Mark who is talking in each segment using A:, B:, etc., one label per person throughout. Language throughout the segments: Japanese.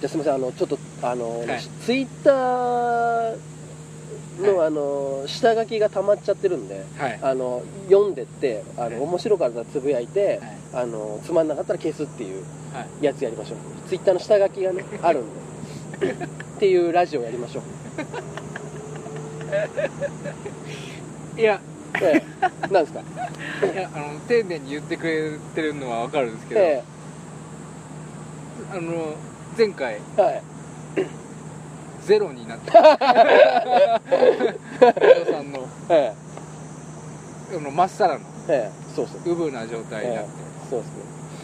A: じゃあすみませんあのちょっとあの、
B: はい
A: ツイッターの、
B: は
A: あの下書きが溜まっちゃってるんで
B: はい
A: あの読んでってあの、
B: はい
A: 面白かったらつぶやいて、
B: はい
A: あのつまんなかったら消すっていう
B: は
A: やつやりましょうツイッターの下書きがねあるんでっていうラジオやりましょう、
B: い、いや
A: え え、なんですか
B: いやあの丁寧に言ってくれてるのは分かるんですけど、
A: え
B: あの前回
A: えはい
B: ゼロになった伊藤さんの
A: ええ
B: あのまっさらの
A: ええそうそう
B: うぶな状態になって、
A: そうですね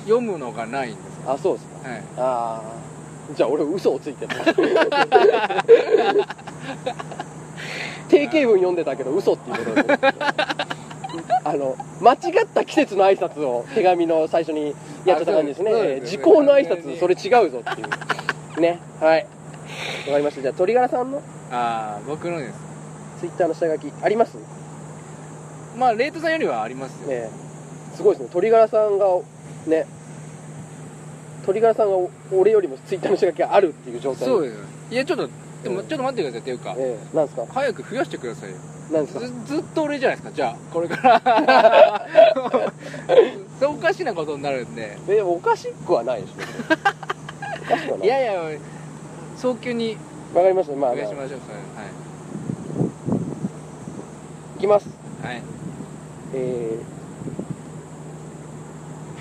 B: 読むのがないんですよ、
A: あそうですか
B: はい、
A: ああじゃあ俺嘘をつい てる定型文読んでたけど嘘っていうことであの間違った季節の挨拶を手紙の最初にやっちゃった感じですね
B: あそうです
A: 時
B: そうです
A: 効の挨拶それ違うぞっていうねはいわかりましたじゃあ鳥柄さんの
B: ああ僕のです
A: ツイッターの下書きあります
B: まあレイトさんよりはありますよ、
A: ねすごいですね鳥柄さんがね鳥柄さんが俺よりもツイッターの下書きがあるっていう状態
B: そうですよいやちょっとでも
A: うん
B: ちょっと待ってくださいっていうか、
A: ええなんですか
B: 早く増やしてくださいよ
A: なんですか
B: ずずっと俺じゃないですかじゃあこれからそうおかしなことになるんで
A: えおかしくはないでしょおかしくはない
B: いやいや早急に
A: わかりましたまあ、
B: お
A: まあ
B: 願いしましょう
A: いきます
B: はい、はい、
A: え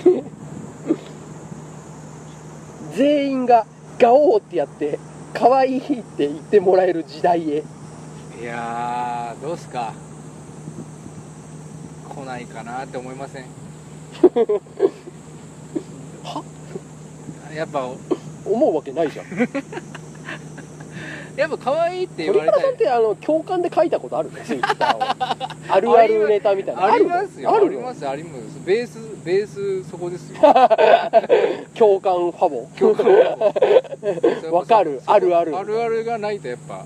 A: ー 全員がガオーってやって可愛いって言ってもらえる時代へ
B: いやーどうっすか来ないかなって思いません
A: は
B: やっぱ
A: 思うわけないじゃん
B: やっぱ可愛いって言
A: 鳥
B: われ
A: 山
B: た
A: さん
B: い
A: ってあの共感で書いたことある ツイッターをあるあるネタみたいな
B: ありますよ
A: あ
B: あ
A: る
B: りま
A: よ
B: すありますベースベースそこで すよ
A: 共感ファボ
B: 共感 を
A: わかる
B: そこ
A: あるある
B: あるあるがないとやっ
A: う
B: ぱ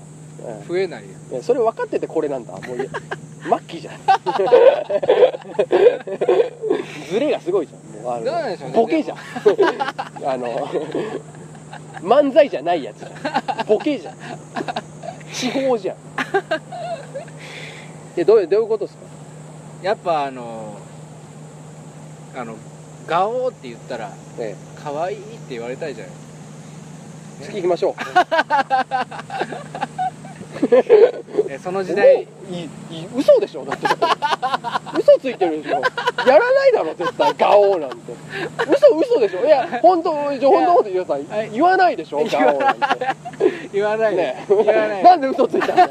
A: ん
B: 増えないよ
A: いやそれ分かっててこれなんだもう いやマッキーじゃんズレがすごいじゃんもうあの
B: どうなんでしょうね
A: ボケじゃんあの漫才じゃないやつじゃんボケじゃん地方じゃんい やどういうどういうことですか
B: やっぱあのあのガオーって言ったら
A: え
B: 可愛いって言われたいじゃない
A: え次行きましょう
B: えその時代
A: もういい嘘でしょだって嘘ついてるでしょやらないだろ絶対ガオーなんて嘘嘘でしょいや本当本当のこと言うさ
B: やはい
A: 言わないでしょガオーなんて
B: 言わない
A: ね
B: ね
A: え
B: 言わな い
A: なんで嘘ついたんだよ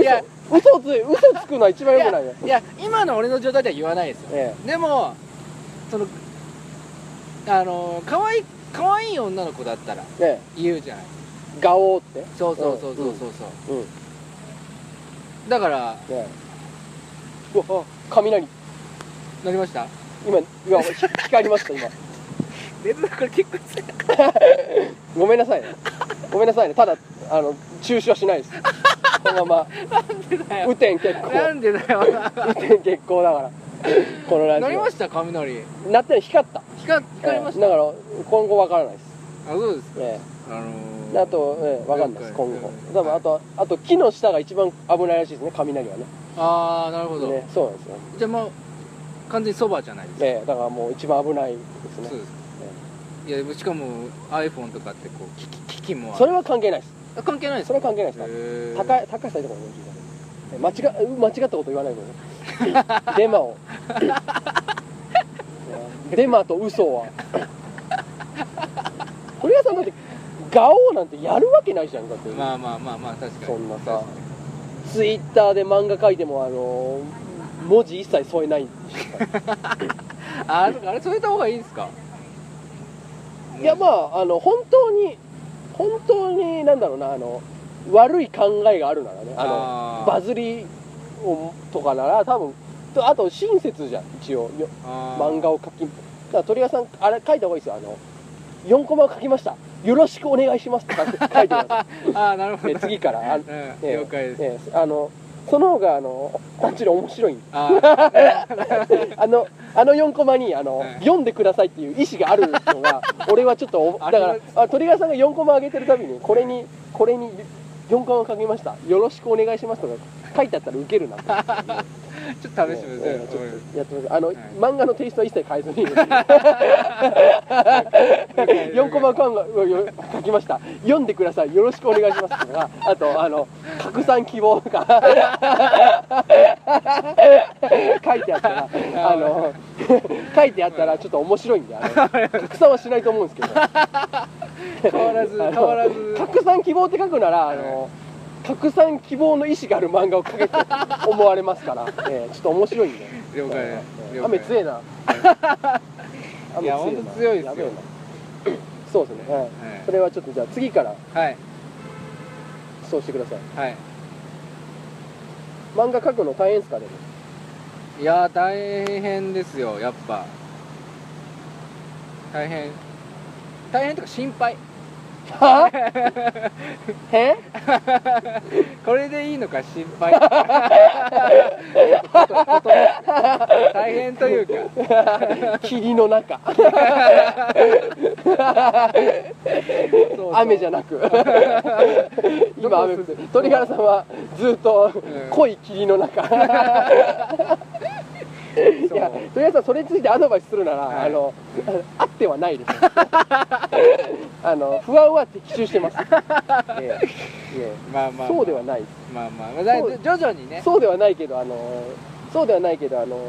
B: いや
A: 嘘嘘つい嘘つくのは一番
B: い
A: 良くない
B: や
A: よ
B: いや今の俺の状態では言わないですよ
A: え
B: でもそのあの可愛い可愛い女の子だったら
A: えね
B: 言うじゃない
A: えガオーって
B: そうそうそうそうそうそう、
A: うんね
B: だから
A: えうわあ雷
B: なりました
A: 今今光りました今
B: レズこれ結構強い
A: ごめんなさいねごめんなさいねただあの中止はしないですこのまま雨天結
B: な
A: 構
B: んでだよ
A: 雨天結構だからこのラジ
B: な
A: オ
B: りました雷
A: なってない光った
B: 光光りまし
A: ええだから今後わからないです
B: たあそうですか
A: ええ
B: あのー、
A: あと、ええ、わかんないです、
B: 了解
A: 今後
B: 了。解
A: 多分あと、あと、木の下が一番危ないらしいですね、雷はね。
B: ああなるほど、
A: ねそうなんですよ。
B: じゃあもう完全にそばじゃないですか、
A: ええ、だからもう一番危ないです
B: そう
A: ね。
B: です、いやでもしかも iPhone とかってこう機器機器もあ
A: それは関係ないです。
B: あ関係ないです
A: それは関係ないですから。
B: へー
A: 高い、高橋さんとかも間違え、間違ったこと言わないでね。 デマを。ええデマと嘘は。古谷さんだって、ガオーなんてやるわけないじゃんかって。
B: まあまあまあまあ確かに
A: そんなさ
B: 確か
A: ツイッターで漫画書いてもあのー文字一切添えない
B: にあーそうかあれ添えた方がいいんですか
A: いやまああの本当に本当になんだろうなあの悪い考えがあるならねあの
B: あ
A: バ
B: ズ
A: ズりをとかなら多分とあと親切じゃん一応よ漫画を書きだから鳥屋さんあれ書いた方がいいですよあの4コマを書きましたよろしくお願いしますって書いて書いてくださ
B: あーなる
A: い
B: ほ
A: ね
B: ど、
A: 次からあ
B: うん
A: ね
B: 了解です、
A: ねあのその方があの単純に面白い
B: あー
A: あのあの4コマにあの、
B: はい
A: 読んでくださいっていう意思があるのが俺はちょっとおだからあ鳥川さんが4コマ上げてるたびにこれにこれに4コマをかけましたよろしくお願いしますとか書いてあったらウケるなって
B: ちょっと試してみ
A: うんうんちょっ
B: ます
A: とやってみますあの、
B: はい
A: 漫画のテイストは一切変えず に4
B: 四
A: コマ漫画をよ書きました読んでくださいよろしくお願いしますとかあとあの拡散希望とか 書いてあったらあの書いてあったらちょっと面白いん であの拡散はしないと思うんですけど
B: 変わらず
A: あの
B: 変わらず
A: 拡散希望って書くなら、あの拡散希望の意思がある漫画を書けと思われます から、ええちょっと面白いんで
B: 了解
A: ええ
B: 了解
A: 雨強えな
B: いやほんと強いですよ
A: やべえなそうですね、はい
B: はい
A: それはちょっとじゃあ次から
B: はい
A: そうしてください
B: はい
A: 漫画書くの大変ですか でも
B: いやー大変ですよやっぱ大変大変とか心配
A: はえ
B: これでいいのか心配ことこと大変というか
A: 霧の 中
B: そうそう
A: 雨じゃなく 今雨降ってる鳥原さんはずっと
B: ん
A: 濃い霧の中 いや
B: そう
A: とりあえずそれについてアドバイスするなら、
B: はい
A: あのあってはないです あの不安は的中してます、えええ
B: まあま
A: え
B: あ
A: そうではないで
B: まあまあまあだい
A: そう
B: 徐々にね
A: すそうではないけどあのそうではないけどあの
B: うん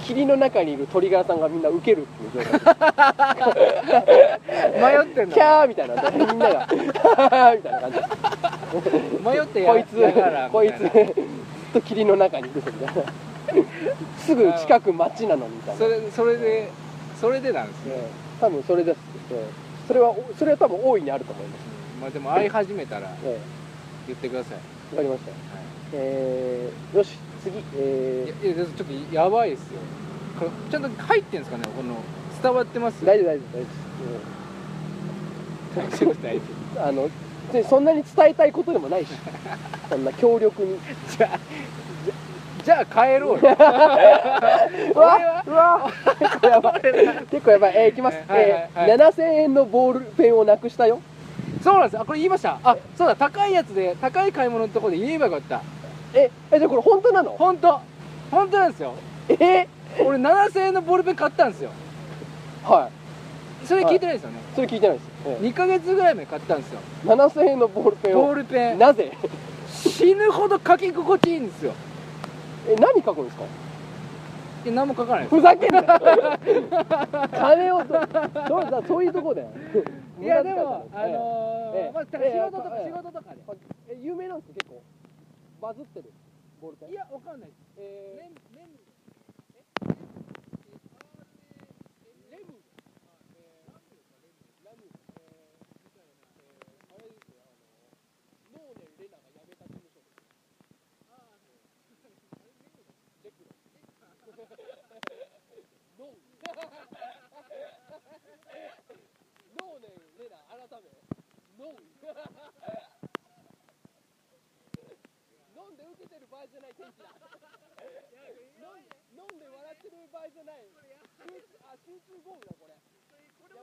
A: 霧の中にいる鳥柄さんがみんなウケるっていう状態
B: 迷ってんの
A: キャーみたいなみんなが みたいな感じです
B: 迷ってや
A: こいつ
B: やがらみ
A: こい
B: た
A: つ
B: な
A: ずっと霧の中にいるぞみた いなすぐ近く町なのにみたいな
B: それそれでそれでなんですね
A: ええ多分それです、ええそれはおそれは多分大いにあると思います、
B: まあでも会い始めたら
A: え
B: 言ってください、
A: えわかりましたえー、よし次
B: い、い
A: え
B: やいやちょっとやばいですよこれちゃんと入ってんですかねこの伝わってます
A: ー、大丈夫大丈夫大丈
B: 大丈夫大丈夫
A: 夫、うんあのでそんなに伝えたいことでも ないしそんな強力に
B: じゃあじゃあ帰ろうよ
A: うわうわ結 構やばい結構やばいえー、いきます、
B: はいはいはい
A: えー、7000円のボールペンをなくしたよ
B: そうなんですあこれ言いましたあそうだ高いやつで高い買い物のところで言えばよかった
A: ええじゃあこれ本当なの
B: 本当本当なんですよ
A: えー、
B: 俺7000円のボールペン買ったんですよ
A: はい
B: それ聞いてないですよね、
A: それ聞いてないです、え
B: 2ヶ月ぐらい前買ったんですよ
A: ー、7000円のボールペン
B: ボー
A: を
B: ルペン
A: なぜ
B: 死ぬほど書き心地いいんですよ
A: え何書くんですか
B: いや何も書かないです
A: ふざけんな金をどどうだそういうとこだよ
B: いや でもあ
A: えー
B: のー
A: ええ
B: まあ、仕
A: ええ
B: 事とか
A: ええ
B: 仕事とかで
A: え有名なんですか結構バズってるボールペン
B: いやわかんないです
A: え
B: レンレン
A: ノーネンレナ改めノン飲んで受けてる場合じゃない天気だ飲ん飲んで笑ってる場合じゃない集中あ集中豪雨だこれや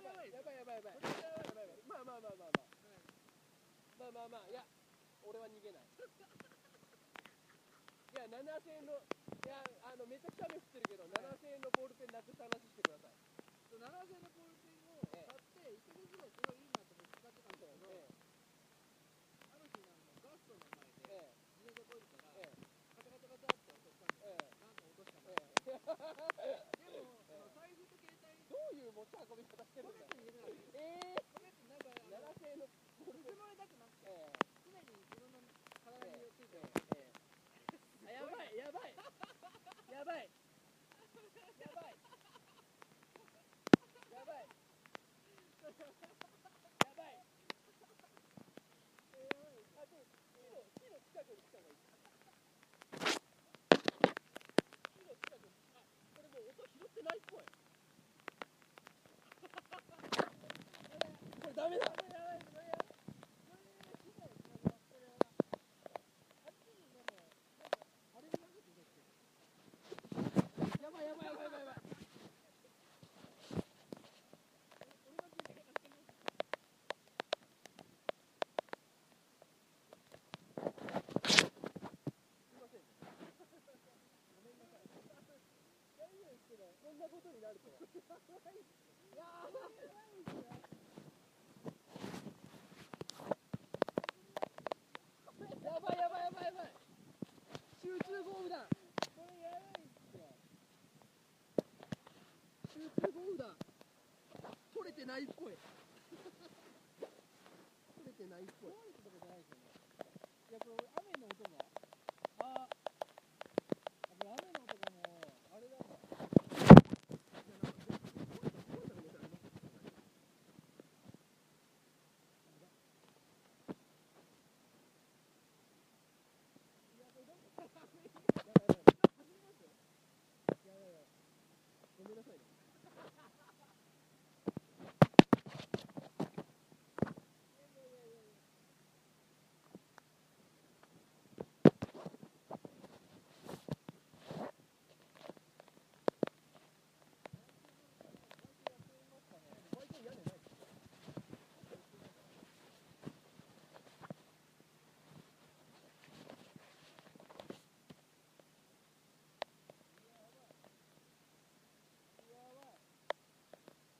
A: ばいやばいやばいやばいやばいやばいまあまあまあまあまあまあまあまあいや俺は逃げないいや7000円のいやあのめちゃくちゃ雨降ってるけど7000円のボールペンなくした話してくださいどういう持ち運び方してるんだええ7000円のボールペンええあやばいやばいやばいやばいやばいやばいえーあでも木の木の近くに来た方がいい木の近くにあこれもう音拾ってないっぽいこれダメだあっちにでもなんかやばいやばいやばいやばい集中豪雨だこれやばい集中豪雨だ取れてないっぽい取れてないっぽい
C: いやこれ雨の音があーこれ雨の音がもうあれだわ
A: ごめんなさいね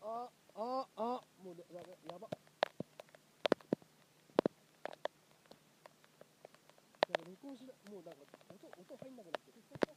A: あああもうねやばやばなんか録音しないもうなんか音音入んなくなってる